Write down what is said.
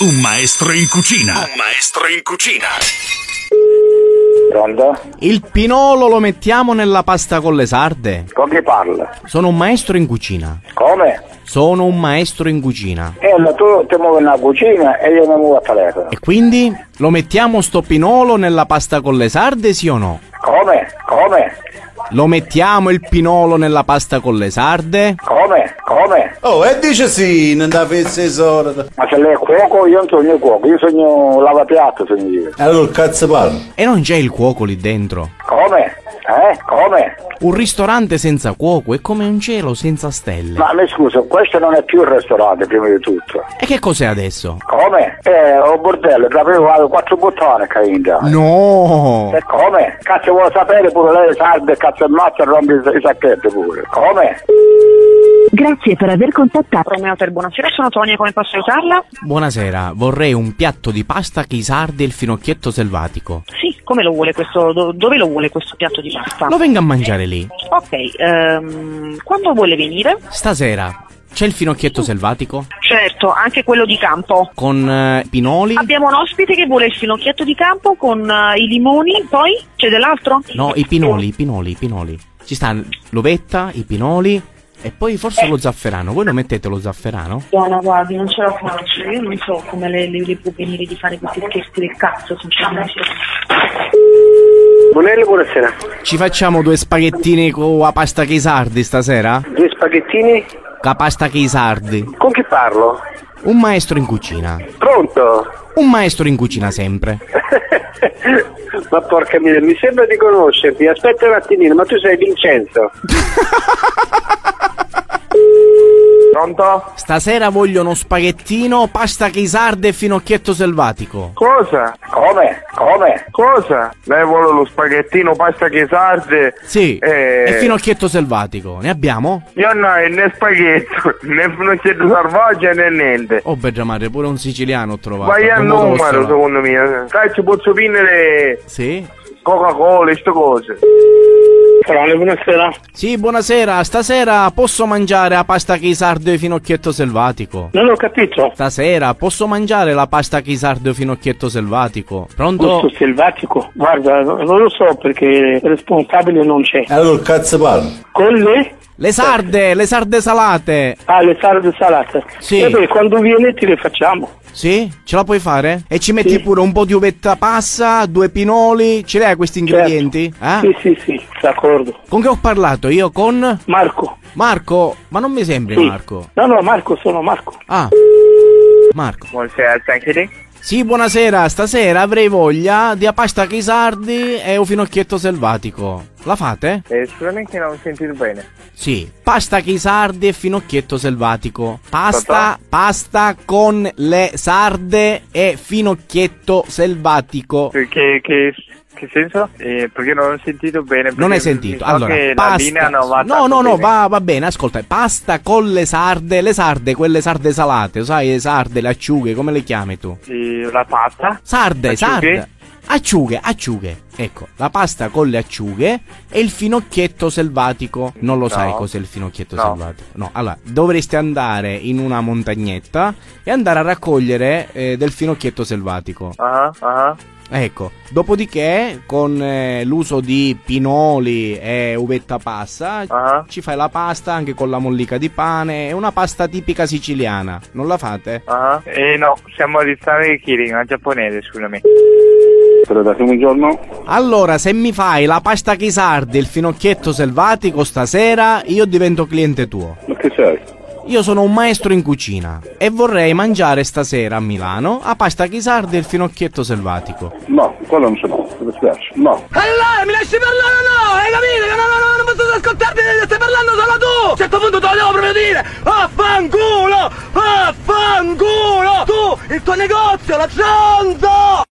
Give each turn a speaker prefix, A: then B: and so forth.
A: Un maestro in cucina. Un maestro in cucina.
B: Pronto?
C: Il pinolo lo mettiamo nella pasta con le sarde?
B: Con chi parla?
C: Sono un maestro in cucina.
B: Come?
C: Sono un maestro in cucina.
B: E allora tu ti muovi nella cucina e io mi muovo a telefono.
C: E quindi lo mettiamo sto pinolo nella pasta con le sarde, sì o no?
B: Come? Come?
C: Lo mettiamo il pinolo nella pasta con le sarde?
B: Come? Come?
D: Oh, e dice sì, non da fesse sorda.
B: Ma se lei è cuoco, io non sogno cuoco, io sogno lavapiatto, sogno io.
D: E allora cazzo parla?
C: E non c'è il cuoco lì dentro.
B: Come? Eh? Come?
C: Un ristorante senza cuoco è come un cielo senza stelle.
B: Ma mi scusa, questo non è più il ristorante, prima di tutto.
C: E che cos'è adesso?
B: Come? Eh, oh bordello, tra poco vado quattro bottone che india.
C: No!
B: E Eh, come? Cazzo vuole sapere pure lei salve, cazzo e mazzo e rompe i i sacchetti pure. Come?
E: Grazie per aver contattato.
F: Romeo Hotel, buonasera, sono Tonia, come posso aiutarla?
C: Buonasera, vorrei un piatto di pasta chisarde e il finocchietto selvatico.
F: Sì, come lo vuole questo, do- dove lo vuole questo piatto di pasta?
C: Lo venga a mangiare lì.
F: Ok, ehm, quando vuole venire?
C: Stasera c'è il finocchietto selvatico
F: Certo, anche quello di campo.
C: con eh, pinoli?
F: Abbiamo un ospite che vuole il finocchietto di campo con eh, i limoni, poi c'è dell'altro?
C: No, i pinoli, i pinoli, i pinoli. Ci sta l'ovetta, i pinoli e poi forse lo zafferano. Voi lo mettete lo zafferano?
F: Buona, guardi, non ce la faccio. Io non so come le, le, le può venire di fare questi scherzi del cazzo, sinceramente.
G: Bonello, buonasera.
C: Ci facciamo due spaghettini con la pasta chisardi stasera?
G: Due spaghettini?
C: La pasta chisardi.
G: Con chi parlo?
C: Un maestro in cucina.
G: Pronto?
C: Un maestro in cucina sempre.
G: ma porca mia, mi sembra di conoscerti. Aspetta un attimino, ma tu sei Vincenzo.
B: Pronto?
C: Stasera voglio uno spaghettino, pasta chisarde e finocchietto selvatico.
H: Cosa?
B: Come? Come?
H: Cosa? Lei vuole lo spaghettino, pasta che sarde?
C: Sì,
H: Eh.
C: e finocchietto selvatico. Ne abbiamo?
H: Io no, e né spaghetto, né finocchietto salvaggio né niente.
C: Oh, bella madre, pure un siciliano ho trovato.
H: Vai al
C: Per modo lo
H: numero,
C: so-
H: secondo me. Dai, ci posso pinnere
C: Sì?
H: Coca-Cola e ste cose.
G: Pronto, buonasera.
C: Sì, buonasera. Stasera posso mangiare la pasta chisardo e finocchietto selvatico?
G: Non ho capito.
C: Stasera posso mangiare la pasta chisardo e finocchietto selvatico?
G: Gusto
C: Pronto?
G: selvatico. Guarda, non lo so perché il responsabile non c'è.
D: E allora cazzo parla?
G: Con le,
C: Le sarde, le sarde salate.
G: ah, le sarde salate.
C: Sì.
G: E Eh, beh, quando viene ti le facciamo.
C: Sì? Ce la puoi fare? E ci metti
G: Sì.
C: pure un po' di uvetta passa, due pinoli. Ce li hai questi ingredienti?
G: Certo.
C: Eh?
G: Sì, sì, sì, d'accordo.
C: Con che ho parlato? Io con
G: Marco.
C: Marco? Ma non mi sembri
G: Sì.
C: Marco.
G: No, no, Marco, sono Marco.
C: Ah. Marco.
H: Buonasera, Sanchiri.
C: Sì, buonasera. Stasera avrei voglia di a pasta chisardi e un finocchietto selvatico. La fate?
H: Eh, sicuramente non sentito bene.
C: Sì. Pasta chisardi e finocchietto selvatico. Pasta, pasta con le sarde e finocchietto selvatico.
H: Che, che, che senso? Eh, perché non ho sentito bene.
C: Non
H: perché
C: hai
H: mi
C: sentito?
H: sa
C: Allora,
H: che la linea
C: pasta.
H: non va
C: no,
H: tanto
C: no, no,
H: bene.
C: va, va bene, ascolta. Pasta con le sarde, le sarde, quelle sarde salate, sai, le sarde, le acciughe, come le chiami tu?
H: Eh, la pasta.
C: Sarde,
H: Acciughe?
C: sarde. Acciughe, acciughe. Ecco, la pasta con le acciughe e il finocchietto selvatico. Non lo
H: No.
C: sai cos'è il finocchietto
H: No.
C: selvatico? No, allora, dovresti andare in una montagnetta e andare a raccogliere eh, del finocchietto selvatico.
H: Ah, ah.
C: Ecco, dopodiché con eh, l'uso di pinoli e uvetta passa
H: Ah.
C: ci fai la pasta anche con la mollica di pane, è una pasta tipica siciliana, non la fate?
H: Ah, eh no, siamo al ristorante di Kirin, a giapponese, scusami.
B: Buongiorno.
C: Allora, se mi fai la pasta chisardi e il finocchietto selvatico stasera, io divento cliente tuo.
B: Ma che sei?
C: Io sono un maestro in cucina e vorrei mangiare stasera a Milano la pasta chisardi e il finocchietto selvatico.
B: No, quello non sono, mi dispiace. No.
I: Allora, mi lasci parlare o no? Hai capito? Che no, no, no, non posso ascoltarti, stai parlando solo tu! A un certo punto te lo devo proprio dire! Affanculo! Affanculo! Tu, il tuo negozio, la zanza!